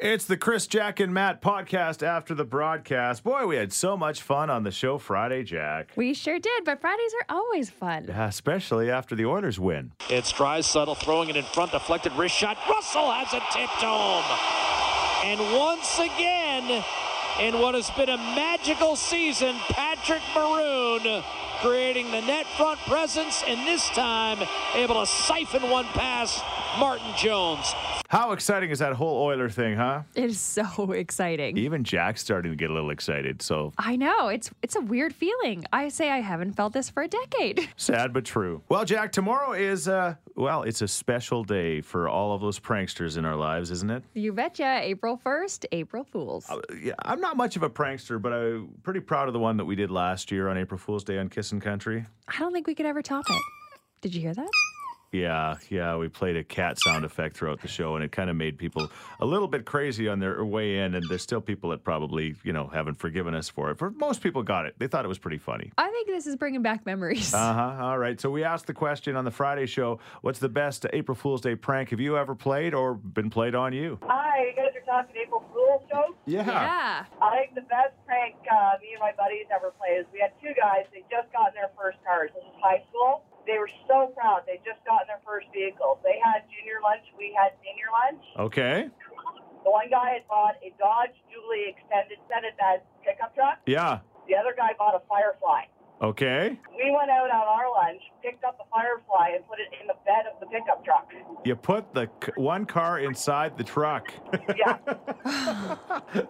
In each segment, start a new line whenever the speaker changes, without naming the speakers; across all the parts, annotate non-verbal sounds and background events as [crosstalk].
It's the Chris, Jack, and Matt podcast after the broadcast. Boy, we had so much fun on the show Friday, Jack.
We sure did, but Fridays are always fun.
Especially after the Oilers win.
It's Drysaddle throwing it in front, deflected wrist shot. Russell has it tipped home. And once again, in what has been a magical season, Patrick Maroon creating the net front presence and this time able to siphon one past Martin Jones.
How exciting is that whole Oiler thing, huh?
It is so [laughs] exciting.
Even Jack's starting to get a little excited. So
I know, it's it's a weird feeling. I say I haven't felt this for a decade. [laughs]
sad but true. Well, Jack, tomorrow is uh well, it's a special day for all of those pranksters in our lives, isn't it?
You betcha, April 1st, April Fools.
Yeah, I'm not much of a prankster, but I'm pretty proud of the one that we did last year on April Fool's Day on Kissin' Country.
I don't think we could ever top it. Did you hear that?
Yeah, yeah, we played a cat sound effect throughout the show, and it kind of made people a little bit crazy on their way in. And there's still people that probably, you know, haven't forgiven us for it. For most people, got it. They thought it was pretty funny.
I think this is bringing back memories.
Uh huh. All right. So we asked the question on the Friday show: What's the best April Fool's Day prank? Have you ever played or been played on you?
Hi, you guys are talking April Fool's jokes.
[laughs] yeah.
I think the best prank uh, me and my buddies ever played is we had two guys. They just got in their first cars. This is high school. They were so proud. They just got in their first vehicle. They had junior lunch. We had senior lunch.
Okay.
The one guy had bought a Dodge Julie extended Senate that pickup truck.
Yeah.
The other guy bought a Firefly.
Okay.
We went out on our lunch, picked up the Firefly, and put it in the bed of the pickup truck. [laughs]
You put the c- one car inside the truck.
Yeah.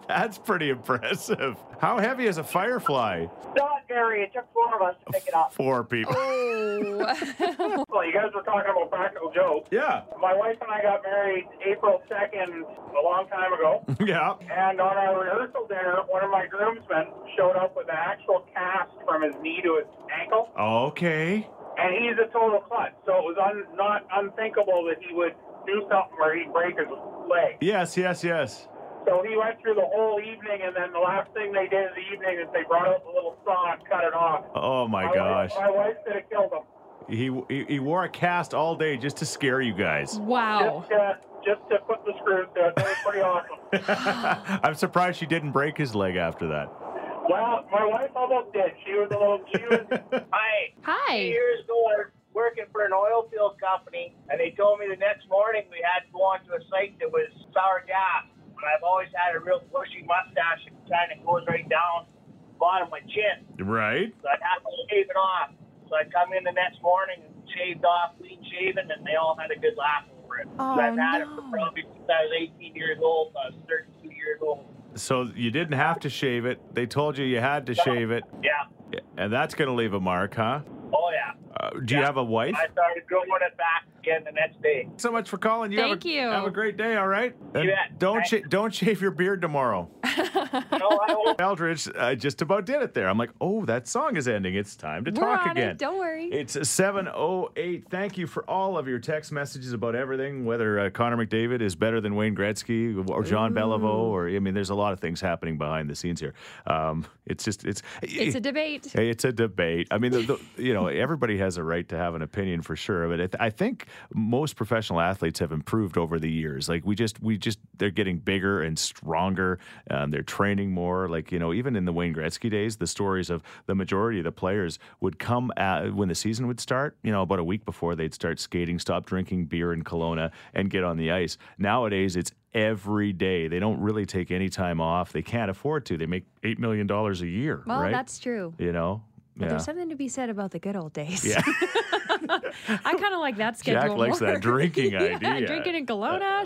That's pretty impressive. How heavy is a firefly?
Not very. It took four of us to pick it up.
Four people.
Oh.
Well, you guys were talking about practical jokes.
Yeah. [laughs]
My wife and I got married April 2nd, a long
[laughs]
time ago.
Yeah.
And on our rehearsal dinner, one of my groomsmen showed up with an actual cast from his knee to his ankle,
Okay.
and he's a total klutz. So it was un- not unthinkable that he would do something where he'd break his leg.
Yes, yes, yes.
So he went through the whole evening, and then the last thing they did in the evening is they brought out the little saw and cut it off.
Oh my
my
gosh.
Wife, my wife could have killed him.
He, he he wore a cast all day just to scare you guys. [laughs]
wow.
Just, to, just to put the screws to it. That was pretty awesome.
I'm surprised she didn't break his leg after that.
Well, my wife almost did. She was a little. She was.
Hi.
Hi.
Years ago, I was working for an oil field company, and they told me the next morning we had to go onto a site that was sour gas. And I've always had a real bushy mustache and kind of goes right down the bottom of my chin.
Right?
So I'd have to shave it off. So I come in the next morning and shaved off, clean shaven, and they all had a good laugh over it.
Oh,
so I've had it for
no.
probably since I was 18 years old. I was 32 years old.
So you didn't have to shave it. They told you you had to shave it,
Yeah.
and that's going to leave a mark, huh?
Oh, yeah.
Uh, do you have a wife?
I started growing it back again the next day.
so much for calling. You
Thank
have a,
you.
Have a great day. All right. And
bet.
Don't
Thanks.
sh- don't shave your beard tomorrow. [laughs]
No, I
[laughs]
won't.
Eldridge uh, just about did it there. I'm like, oh, that song is ending. It's time to
We're
talk
on
again.
it. Don't worry.
It's 708. Thank you for all of your text messages about everything, whether uh, Connor McDavid is better than Wayne Gretzky or John Beliveau, or I mean, there's a lot of things happening behind the scenes here. Um, it's just, it's,
it's a debate.
Hey, it's a debate. I mean, the, the, you know, everybody has a right to have an opinion for sure, but I, th- I think most professional athletes have improved over the years. Like we just, we just, they're getting bigger and stronger. Um, they're training more. Like you know, even in the Wayne Gretzky days, the stories of the majority of the players would come at, when the season would start. You know, about a week before they'd start skating, stop drinking beer in Kelowna, and get on the ice. Nowadays, it's every day. They don't really take any time off. They can't afford to. They make eight million dollars a year.
well,
right?
that's true.
you know
But
yeah
There's something to be said about the good old days.
Yeah.
[laughs] I kind of like that schedule.
jack likes
more. [laughs]
that drinking
yeah,
idea
Drinking in Kelowna,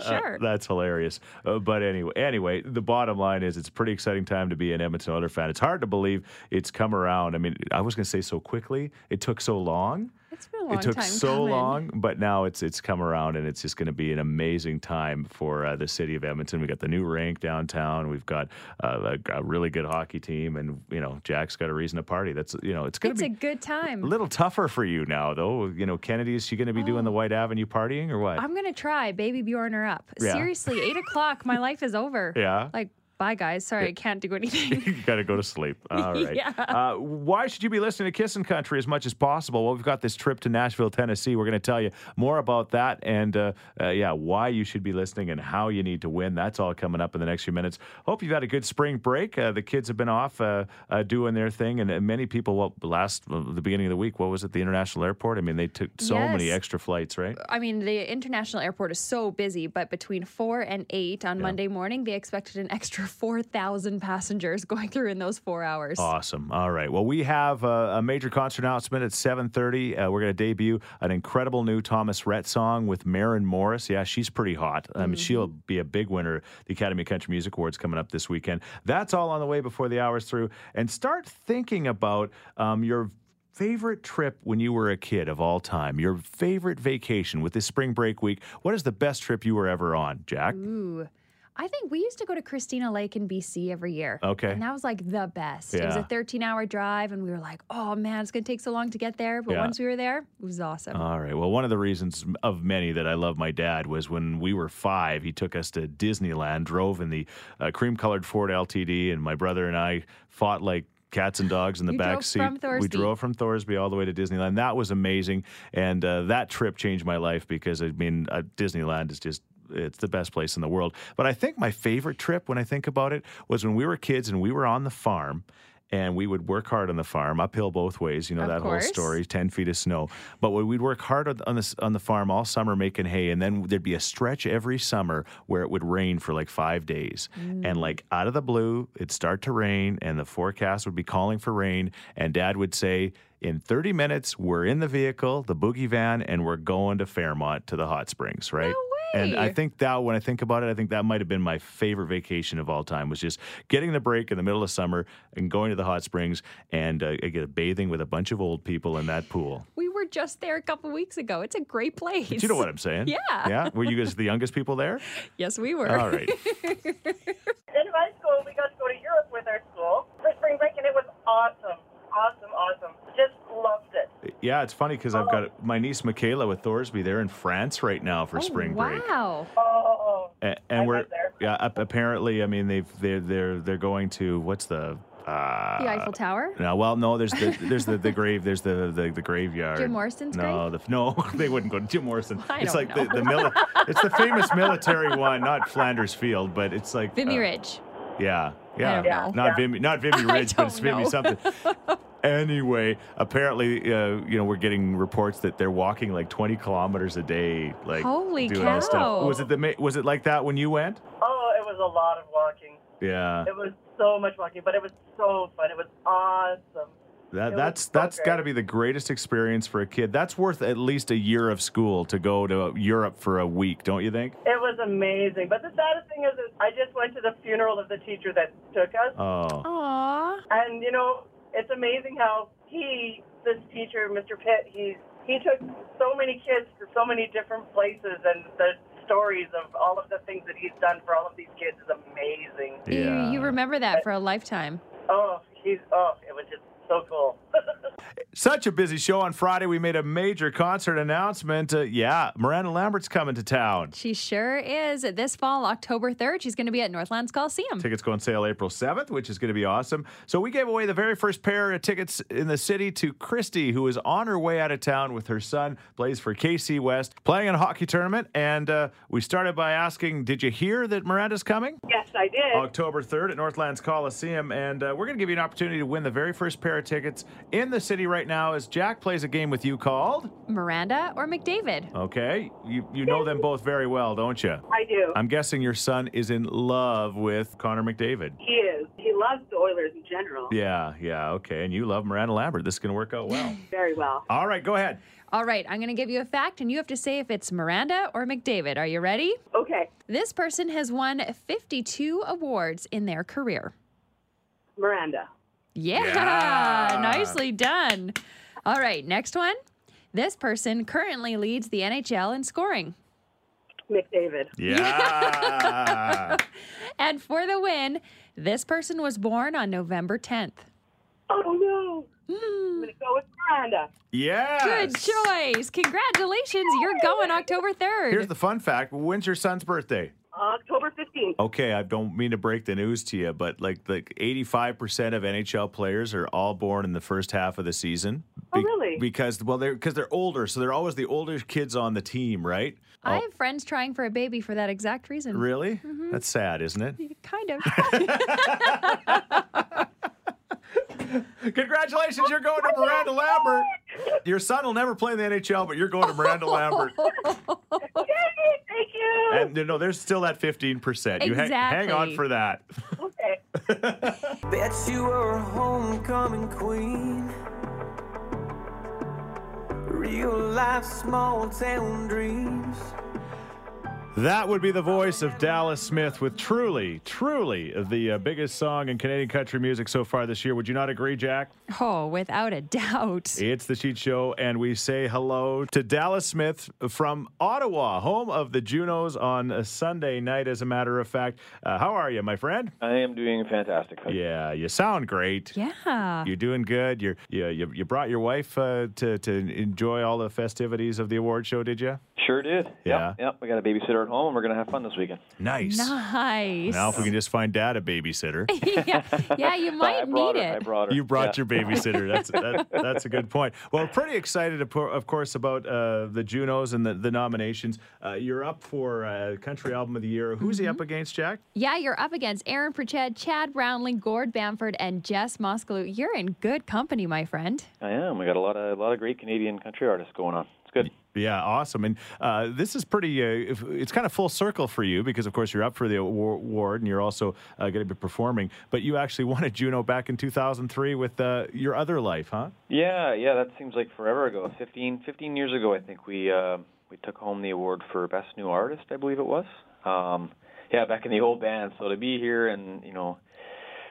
Uh,
sure.
that's hilarious Uh, but anyway anyway the bottom line is it's a pretty exciting time to be an edmonton oilers fan it's hard to believe it's come around i mean i was going to say so quickly it took so long
it's been a long
it took
time.
so
coming.
long, but now it's it's come around, and it's just going to be an amazing time for uh, the city of Edmonton. We got the new rink downtown. We've got uh, a, a really good hockey team, and you know Jack's got a reason to party. That's you know it's going
It's
to
a
be
good time.
A little tougher for you now, though. You know, Kennedy, is she going to be doing the White Avenue partying or what?
I'm gonna try Baby Bjorn her up.
Yeah.
Seriously, eight o'clock. My life is over.
[laughs] Yeah.
Like Bye, guys. Sorry, I can't do anything.
[laughs] [laughs] you got to go to
[laughs]
sleep. All right.
Yeah.
Uh, why should you be listening to Kissin' Country as much as possible? Well, we've got this trip to Nashville, Tennessee. We're going to tell you more about that and, uh, uh, yeah, why you should be listening and how you need to win. That's all coming up in the next few minutes. Hope you've had a good spring break. Uh, the kids have been off uh, uh, doing their thing, and uh, many people, well, last, uh, the beginning of the week, what was it, the international airport? I mean, they took so many
Yes.
extra flights, right?
I mean, the international airport is so busy, but between four and eight on Monday morning, they expected an extra 4,000 passengers [laughs] going through in those four hours.
Awesome. All right. Well, we have a, a major concert announcement at 7:30. Uh, we're going to debut an incredible new Thomas Rhett song with Maren Morris. Yeah, she's pretty hot. I mean, she'll be a big winner at the Academy of Country Music Awards coming up this weekend. That's all on the way before the hour's through. And start thinking about um, your favorite trip when you were a kid of all time. Your favorite vacation with this spring break week. What is the best trip you were ever on, Jack?
Ooh. I think we used to go to Christina Lake in BC every year.
Okay.
And that was like the best. It was
Yeah.
a 13 hour drive, and we were like, oh man, it's going to take so long to get there. But
Yeah. Uh-huh.
once we were there, it was awesome.
All right. Well, one of the reasons of many that I love my dad was when we were five, he took us to Disneyland, drove in the uh, cream colored Ford LTD, and my brother and I fought like cats and dogs in the
You
back
drove
seat.
from
we
Thorsby.
drove from Thorsby all the way to Disneyland. That was amazing. And uh, that trip changed my life because, I mean, uh, Disneyland is just. It's the best place in the world. But I think my favorite trip, when I think about it, was when we were kids and we were on the farm and we would work hard on the farm, uphill both ways, you know,
Of
that
course.
whole story, 10 feet of snow. But we- we'd work hard on- on the, on the farm all summer making hay, and then there'd be a stretch every summer where it would rain for like five days. And like out of the blue, it'd start to rain, and the forecast would be calling for rain, and dad would say, in 30 minutes, we're in the vehicle, the boogie van, and we're going to Fairmont to the hot springs, right? And I
way.
think think that when I think about it, I think that might have been my favorite vacation of all time was just getting the break in the middle of summer and going to the hot springs and uh, get bathing with a bunch of old people in that pool.
we were just there a couple weeks ago. It's a great place.
But you know what I'm saying?
Yeah.
Yeah. Were you guys the youngest people there?
[laughs] Yes, we were.
All right.
In my school, we got to go to Europe with our school for spring break, and it was awesome, awesome, awesome. Just loved it.
Yeah, it's funny because I've got my niece Michaela with Thorsby. They're in France right now for
Oh,
spring break.
Wow.
Oh,
A- And,
I
we're
went there.
yeah. ap- Apparently, I mean they've they're they're they're going to what's the uh,
The Eiffel Tower?
No, well, no. There's the there's the, the grave. There's the, the the graveyard.
Jim Morrison's
no, uh, The, no, [laughs] they wouldn't go to Jim Morrison.
I
it's
don't
like the
know.
the
[laughs]
mili- It's the famous military one, not Flanders Field, but it's like
Vimy
uh,
Ridge.
Yeah, yeah,
don't know.
not Vimy, not Vimy
[laughs] I
Ridge, but it's
don't
Vimy
know.
something.
[laughs]
Anyway, apparently, uh, you know, we're getting reports that they're walking like 20 kilometers a day, like
Holy
doing all this stuff.
cow.
Was it the ma- was it like that when you went?
oh, it was a lot of walking.
Yeah,
It was so much walking, but it was so fun. It was awesome.
That,
It
that's
was so
that's
great.
got to be the greatest experience for a kid. That's worth at least a year of school to go to Europe for a week, don't you think?
It was amazing. But the saddest thing is, is I just went to the funeral of the teacher that took us.
Oh,
Aw.
And you know, it's amazing how he, this teacher, Mr. Pitt, he's he took so many kids to so many different places, and the stories of all of the things that he's done for all of these kids is amazing.
yeah.
You, you remember that for a lifetime.
Oh, he's oh, it was just so cool.
Such a busy show on Friday. We made a major concert announcement. Uh, yeah, Miranda Lambert's coming to town.
She sure is. This fall, October 3rd, she's going to be at Northlands Coliseum.
Tickets go on sale April 7th, which is going to be awesome. So we gave away the very first pair of tickets in the city to Christy, who is on her way out of town with her son, plays for KC West, playing in a hockey tournament. And uh, we started by asking, did you hear that Miranda's coming?
yes, I did.
October 3rd at Northlands Coliseum. And uh, we're going to give you an opportunity to win the very first pair of tickets in the city right now as Jack plays a game with you called.
Miranda or McDavid?
Okay. You, you know them both very well, don't you?
I do.
I'm guessing your son is in love with Connor McDavid.
he is. He loves the Oilers in general.
Yeah, yeah, okay. And you love Miranda Lambert. This is going to work out well.
Very well.
All right, go ahead.
All right, I'm going to give you a fact, and you have to say if it's Miranda or McDavid. Are you ready?
Okay,
This person has won 52 awards in their career.
Miranda.
Yeah,
Yeah.
nicely done. All right, next one. This person currently leads the NHL in scoring.
McDavid.
Yeah.
And for the win, this person was born on November 10th.
Oh no! I'm gonna go with Miranda.
yes.
Good choice. Congratulations. You're going October 3rd.
Here's the fun fact. When's your son's birthday?
October 15th.
Okay, I don't mean to break the news to you, but like like eighty five percent of NHL players are all born in the first half of the season.
Oh, really?
Because well, they're because they're older, so they're always the older kids on the team, right?
I have friends trying for a baby for that exact reason.
Really? That's sad, isn't it? [laughs]
Kind of.
Congratulations, you're going to Miranda Lambert. Your son will never play in the NHL, but you're going to Miranda Lambert.
Yay, thank you.
Oh. And you know, there's still that 15%. You hang- hang on
Exactly.
for that.
okay.
Bet you were a homecoming queen. Real life small town dreams.
That would be the voice of Dallas Smith with truly, truly the uh, biggest song in Canadian country music so far this year. Would you not agree, Jack?
oh, without a doubt.
It's the Cheat Show, and we say hello to Dallas Smith from Ottawa, home of the Junos on a Sunday night, as a matter of fact. Uh, how are you, my friend?
I am doing fantastic.
Yeah, you sound great.
Yeah.
You're doing good. You're, you, you, you brought your wife uh, to, to enjoy all the festivities of the award show, did you?
Sure did. Yep,
Yeah.
Yep. We got a babysitter at home, and we're gonna have fun this weekend.
Nice.
Nice.
Now, if we can just find dad a babysitter.
[laughs] yeah.
[laughs]
yeah, you
I
might
brought
need
her. I
it.
brought her.
You brought
Yeah.
your babysitter. That's that, that's a good point. Well, pretty excited, of por- of course, about uh, the Junos and the, the nominations. Uh, you're up for uh, Country Album of the Year. Who's he up against, Jack?
Yeah, you're up against Aaron Pritchett, Chad Brownling, Gord Bamford, and Jess Moskalew. You're in good company, my friend.
I am. We got a lot of a lot of great Canadian country artists going on. It's good.
Yeah, awesome. And uh, this is pretty. Uh, if- it's kind of full circle for you because, of course, you're up for the awar- award and you're also uh, going to be performing. But you actually [laughs] won a Juno back in 2003 with uh, your other life, huh?
Yeah. Yeah. That seems like forever ago. 15, 15 years ago, I think we uh, we took home the award for best new artist. I believe it was. Um, yeah, back in the old band. So to be here and you know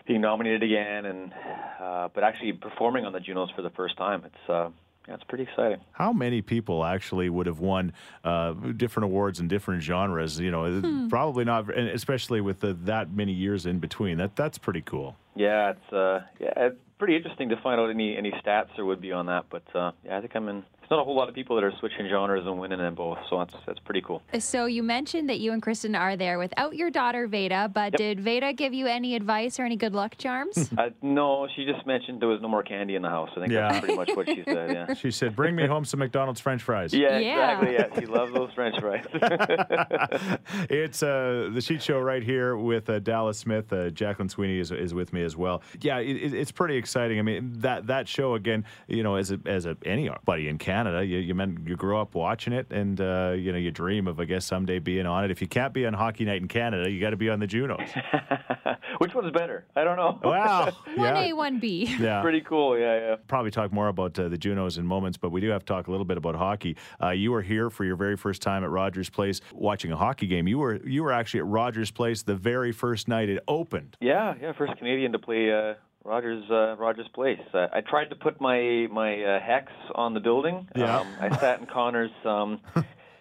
being nominated again, and uh, but actually performing on the Junos for the first time. It's uh, yeah, it's pretty exciting.
How many people actually would have won uh, different awards in different genres? You know, probably not, and especially with the, that many years in between. That that's pretty cool.
Yeah, it's uh, yeah, it's pretty interesting to find out any any stats there would be on that. But uh, yeah, I think I'm in. It's not a whole lot of people that are switching genres and winning in both, so that's that's pretty cool.
So you mentioned that you and Kristen are there without your daughter Veda, but did Veda give you any advice or any good luck charms?
Uh, no, she just mentioned there was no more candy in the house. I think
Yeah.
that's pretty much what she said.
[laughs]
Yeah.
She said, "Bring me home some McDonald's French fries."
Yeah,
Yeah.
exactly. Yeah, she loves those French fries. [laughs]
[laughs] it's uh, the Sheet Show right here with uh, Dallas Smith. Uh, Jacqueline Sweeney is, is with me as well. Yeah, it, it- it's pretty exciting. I mean, that that show again. You know, as a, as a, anybody in Canada, you you, meant, you grow up watching it, and uh, you know you dream of I guess someday being on it. If you can't be on Hockey Night in Canada, you got to be on the Junos.
Which one's better? I don't know.
wow.
One
[laughs] yeah.
A, one B.
[laughs] Yeah.
[laughs] pretty cool. Yeah, yeah.
Probably talk more about uh, the Junos in moments, but we do have to talk a little bit about hockey. Uh, you were here for your very first time at Rogers Place watching a hockey game. You were you were actually at Rogers Place the very first night it opened.
Yeah, yeah, first Canadian to play uh, Rogers uh, Rogers Place. Uh, I tried to put my my uh, hex on the building.
Yeah.
Um, I sat in Connor's um,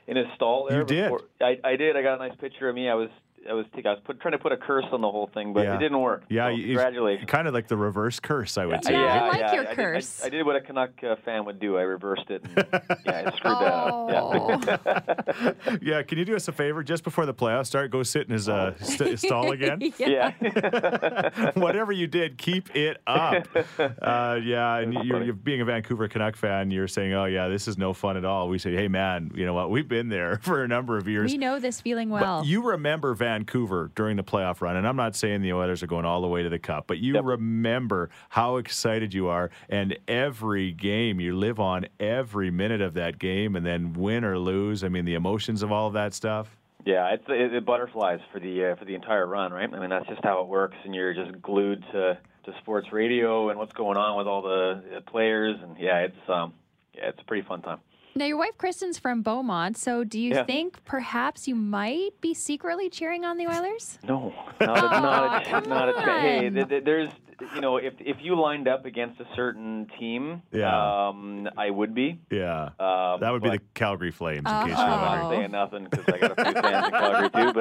in his stall
[laughs]
there.
You did.
before- I, I did. I got a nice picture of me. I was I was I was put, trying to put a curse on the whole thing, but
Yeah.
it didn't work.
Yeah,
So,
you-
Oh, congratulations.
Kind of like the reverse curse, I would say.
Yeah, I like your
did-
curse.
I, I did what a Canuck uh, fan would do. I reversed
[laughs]
it. And, yeah, I screwed that up. Yeah.
Oh,
[laughs] Yeah, can you do us a favor just before the playoffs start? Go sit in his uh, st- stall again.
Yeah.
Whatever you did, keep it up. Uh, yeah, and you're, you're being a Vancouver Canuck fan. You're saying, "Oh yeah, this is no fun at all." We say, "Hey man, you know what? We've been there [laughs] for a number of years.
we know this feeling
But
well.
you remember Vancouver during the playoff run, and I'm not saying the Oilers are going all the way to the cup, but you remember how excited you are, and every game you live on every minute of that game, and then win or lose. I mean, the emotions of all of that stuff.
Yeah, it's it, it butterflies for the uh, for the entire run, right? I mean, that's just how it works, and you're just glued to to sports radio and what's going on with all the uh, players, and yeah, it's um, yeah, it's a pretty fun time.
now your wife Kristen's from Beaumont, so do you
Yeah.
think perhaps you might be secretly cheering on the Oilers?
No, [laughs] not a, not a, not a
come
Hey,
on.
th- th- there's you know, if if you lined up against a certain team,
Yeah.
um, I would be.
Yeah.
Um,
that would be
but
the Calgary Flames, in case
I'm
you're
Uh-huh.
not
wondering.
saying nothing because I got a few fans in Calgary too.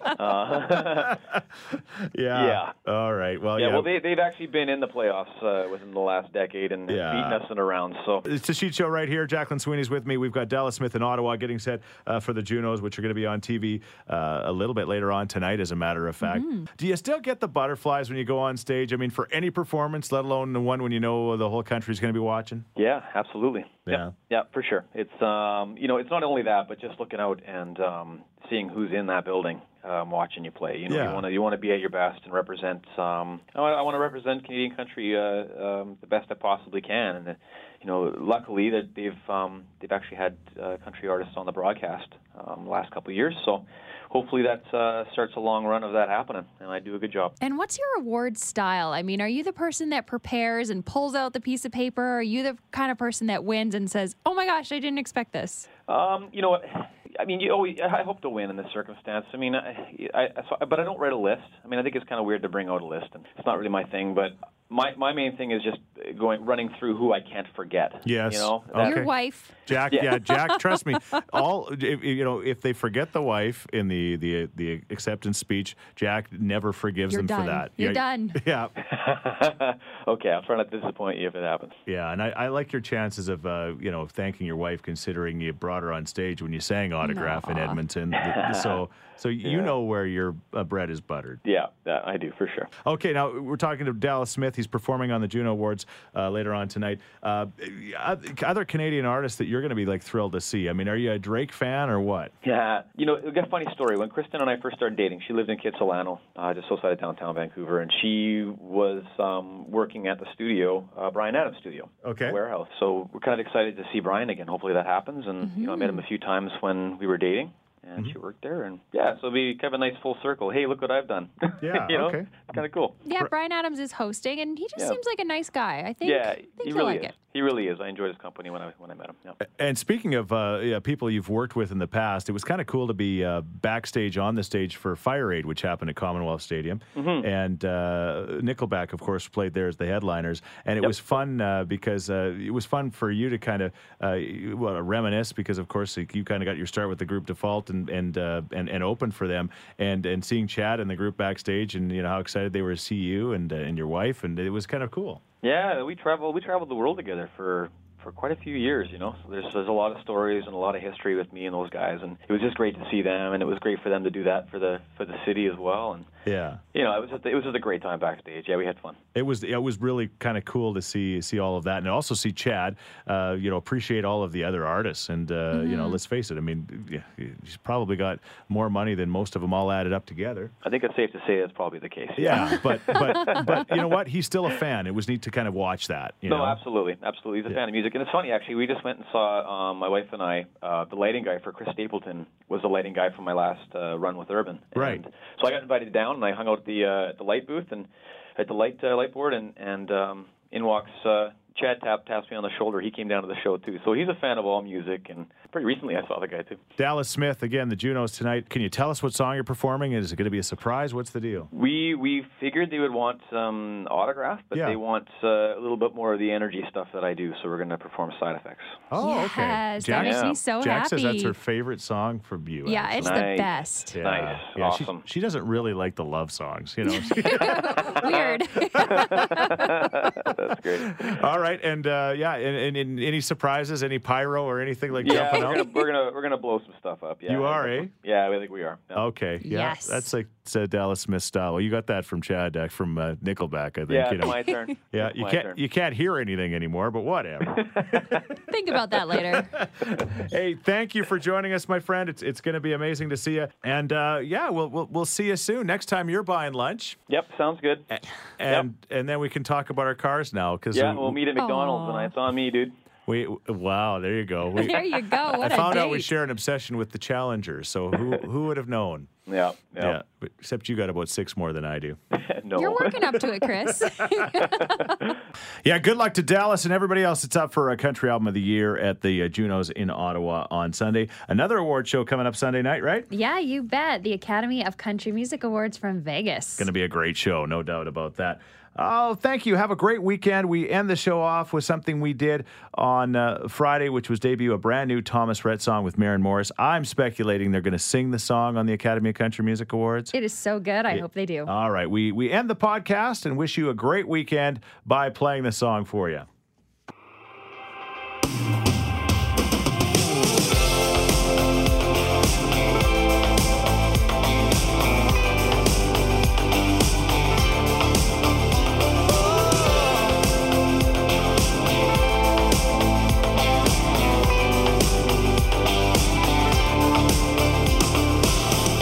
But uh, [laughs]
Yeah. All right. Well, Oh, yeah.
yeah, well, they they've actually been in the playoffs uh, within the last decade and
Yeah.
beaten us in a round. So
It's a sheet show right here. Jacqueline Sweeney's with me. We've got Dallas Smith in Ottawa getting set uh, for the Junos, which are going to be on TV uh, a little bit later on tonight, as a matter of fact.
Mm-hmm.
Do you still get the butterflies when you go on stage? I mean, for any performance, let alone the one when you know the whole country's going to be watching?
Yeah, absolutely.
Yeah.
Yep. Yeah, for sure. It's um, you know, it's not only that, but just looking out and um, seeing who's in that building, um, watching you play. You know,
Yeah.
you want to you want to be at your best and represent. Um, I, want to represent Canadian country uh, um, the best I possibly can. And uh, you know, luckily that they've um, they've actually had uh, country artists on the broadcast um, the last couple of years. So hopefully that uh, starts a long run of that happening, and I do a good job.
And what's your award style? I mean, are you the person that prepares and pulls out the piece of paper? Are you the kind of person that wins and says, "Oh my gosh, I didn't expect this"?
Um, you know what? I mean, you always, I hope to win in this circumstance. I mean, I, I, I so, but I don't write a list. I mean, I think it's kind of weird to bring out a list, and it's not really my thing. But my my main thing is just going running through who I can't forget.
Yes.
You know.
Okay.
Your wife.
Jack, yeah.
Yeah.
Jack, trust me. All if, you know, if they forget the wife in the the the acceptance speech, Jack never forgives
You're
them
done.
for that.
You're
yeah,
done.
[laughs] Yeah,
[laughs] okay, I'll try not to disappoint you if it happens.
yeah, and I, I like your chances of uh, you know thanking your wife, considering you brought her on stage when you sang autograph in
Aw.
Edmonton. Th- So, so you
Yeah.
know where your uh, bread is buttered.
Yeah, that I do for sure.
Okay, now we're talking to Dallas Smith. He's performing on the Juno Awards uh, later on tonight. Uh, other Canadian artists that you're going to be like thrilled to see. I mean, are you a Drake fan or what?
Yeah, you know, it got a funny story. When Kristen and I first started dating, she lived in Kitsilano, uh, just outside of downtown Vancouver, and she was um, working at the studio, uh, Brian Adams Studio,
Okay.
warehouse. So we're kind of excited to see Brian again. Hopefully that happens. And you know, I met him a few times when we were dating, and
Mm-hmm.
she worked there, and yeah, so it'll be kind of a nice full circle. Hey, look what I've done. [laughs]
Yeah,
you know?
okay.
It's kind of cool.
Yeah, Brian Adams is hosting, and he just
Yeah.
seems like a nice guy. I think.
yeah,
I think
he
you'll
really
like
is.
it.
He really is. I enjoyed his company when I when I met him. Yeah.
And speaking of uh, yeah, people you've worked with in the past, it was kind of cool to be uh, backstage on the stage for Fire Aid, which happened at Commonwealth Stadium. And uh, Nickelback, of course, played there as the headliners. And it was fun uh, because uh, it was fun for you to kind of uh, well, reminisce because, of course, like, you kind of got your start with the group Default and and uh, and, and open for them. And and seeing Chad and the group backstage and you know how excited they were to see you and uh, and your wife, and it was kind of cool.
Yeah, we traveled we traveled the world together for for quite a few years, you know. So there's there's a lot of stories and a lot of history with me and those guys and it was just great to see them and it was great for them to do that for the for the city as well and
Yeah.
you know, it was just, it was just a great time backstage. Yeah, we had fun.
It was it was really kind of cool to see see all of that, and also see Chad. Uh, you know, appreciate all of the other artists, and uh, you
Mm-hmm.
know, let's face it. I mean, yeah, he's probably got more money than most of them all added up together.
I think it's safe to say that's probably the case.
Yeah, but but but you know what? He's still a fan. It was neat to kind of watch that. You
no,
know?
absolutely, absolutely. He's a fan of music, and it's funny actually. We just went and saw um, my wife and I. Uh, the lighting guy for Chris Stapleton was the lighting guy for my last uh, run with Urban. And
Right.
So I got invited down, and I hung out at the uh, at the light booth and at the light uh, light board, and and um, in walks uh, Chad Tap taps me on the shoulder. He came down to the show too, so he's a fan of all music. And pretty recently, I saw the guy too.
Dallas Smith again, the Junos tonight. Can you tell us what song you're performing? Is it going to be a surprise? What's the deal?
We we figured they would want um, autograph, but
Yeah.
they want uh, a little bit more of the energy stuff that I do. So we're going to perform side effects. [laughs]
Oh, okay.
Yes, that makes me so
Jack says that's
happy.
her favorite song from you.
Yeah,
Allison.
it's
Nice.
the best.
yeah.
Nice.
Yeah, she-
Awesome.
She, doesn't really like the love songs, you
[laughs]
know.
Weird.
That's great.
[laughs] All right, and uh, yeah, and, and, and any surprises, any pyro or anything like
Yeah,
jumping
we're
out?
gonna, we're gonna we're gonna blow some stuff up. Yeah,
You are, eh? Oh,
Yeah, I think we are. Yeah,
Okay, yeah,
Yes.
that's like uh, Dallas Smith style. Well, you got that from Chad uh, from uh, Nickelback, I think.
yeah
you
it's
know.
my turn.
[laughs] yeah,
It's
you
my
can't
turn.
you can't hear anything anymore, but
[laughs]
whatever.
Think about
[laughs]
that later. [laughs]
hey, thank you for joining us, my friend. It's it's going to be amazing to see you, and uh, yeah, we'll, we'll we'll see you soon. Next time you're buying lunch,
Yep, sounds good.
Eh, and and then we can talk about our cars now because
Yeah, we'll meet at McDonald's
Aw.
tonight. It's on me, dude.
we wow, there you go. We,
there you go. [laughs] What
I
a
found
date.
out we share an obsession with the Challenger, so who who would have known?
Yeah, yeah.
but except you got about six more than I do.
[laughs] no.
You're working up to
[laughs]
it, Chris.
Yeah, good luck to Dallas and everybody else that's up for a country album of the year at the uh, Junos in Ottawa on Sunday. Another award show coming up Sunday night, right?
yeah, you bet. The Academy of Country Music Awards from Vegas.
Going to be a great show, no doubt about that. Oh, thank you. Have a great weekend. We end the show off with something we did on uh, Friday, which was debut a brand new Thomas Rhett song with Maren Morris. I'm speculating they're going to sing the song on the Academy of Country Music Awards.
It is so good. I hope they do.
All right, we, we end the podcast and wish you a great weekend by playing the song for you.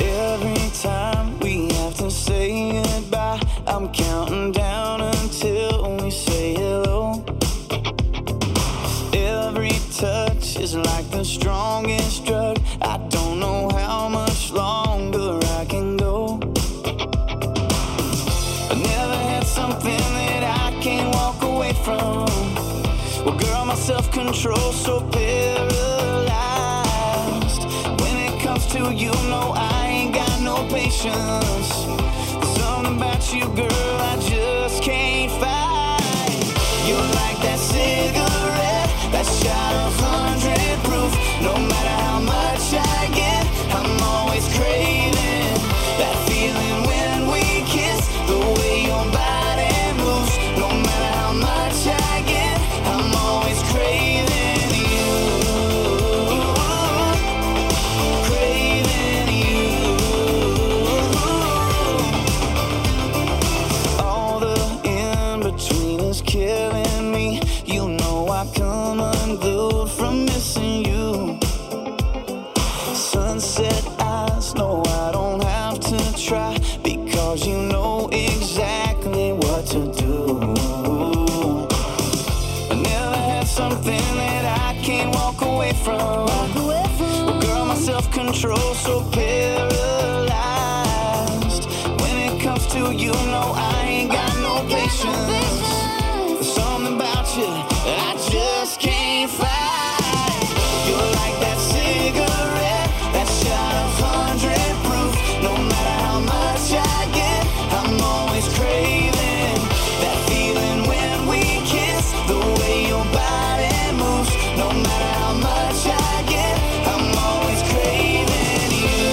Every time we have to say goodbye, I'm counting down until we say hello. Every touch is like the strongest drug. I don't know how much longer I can go. I never had something that I can't walk away from. Well, girl, my self control so paralyzed. When it comes to you, no, I ain't got no patience. There's something about you, girl, I just can't fight. You're like that cigarette, that shot of 100 proof. No matter how much I get, I'm always craving that feeling when we kiss, the way your body moves. No matter how much I get, I'm always craving you. Craving you. All the in between is killing me. You know I come unglued from missing you. Sunset eyes, no, I don't have to try because you know exactly what to do. I never had something that I can't walk away from. Well, girl, my self control so paralyzed. When it comes to you, no, I ain't got no patience. There's something about you I just can't fight. You're like that cigarette, that shot of hundred proof. No matter how much I get, I'm always craving that feeling when we kiss. The way your body moves, no matter how much I get, I'm always craving you.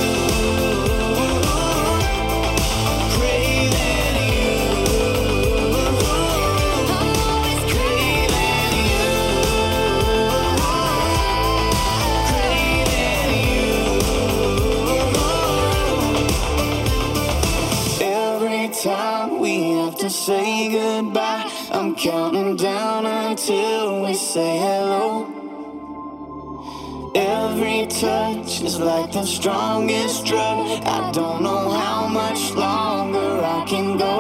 Craving Every time we have to say goodbye, I'm counting down until we say hello. Every touch is like the strongest drug. I don't know how much longer I can go.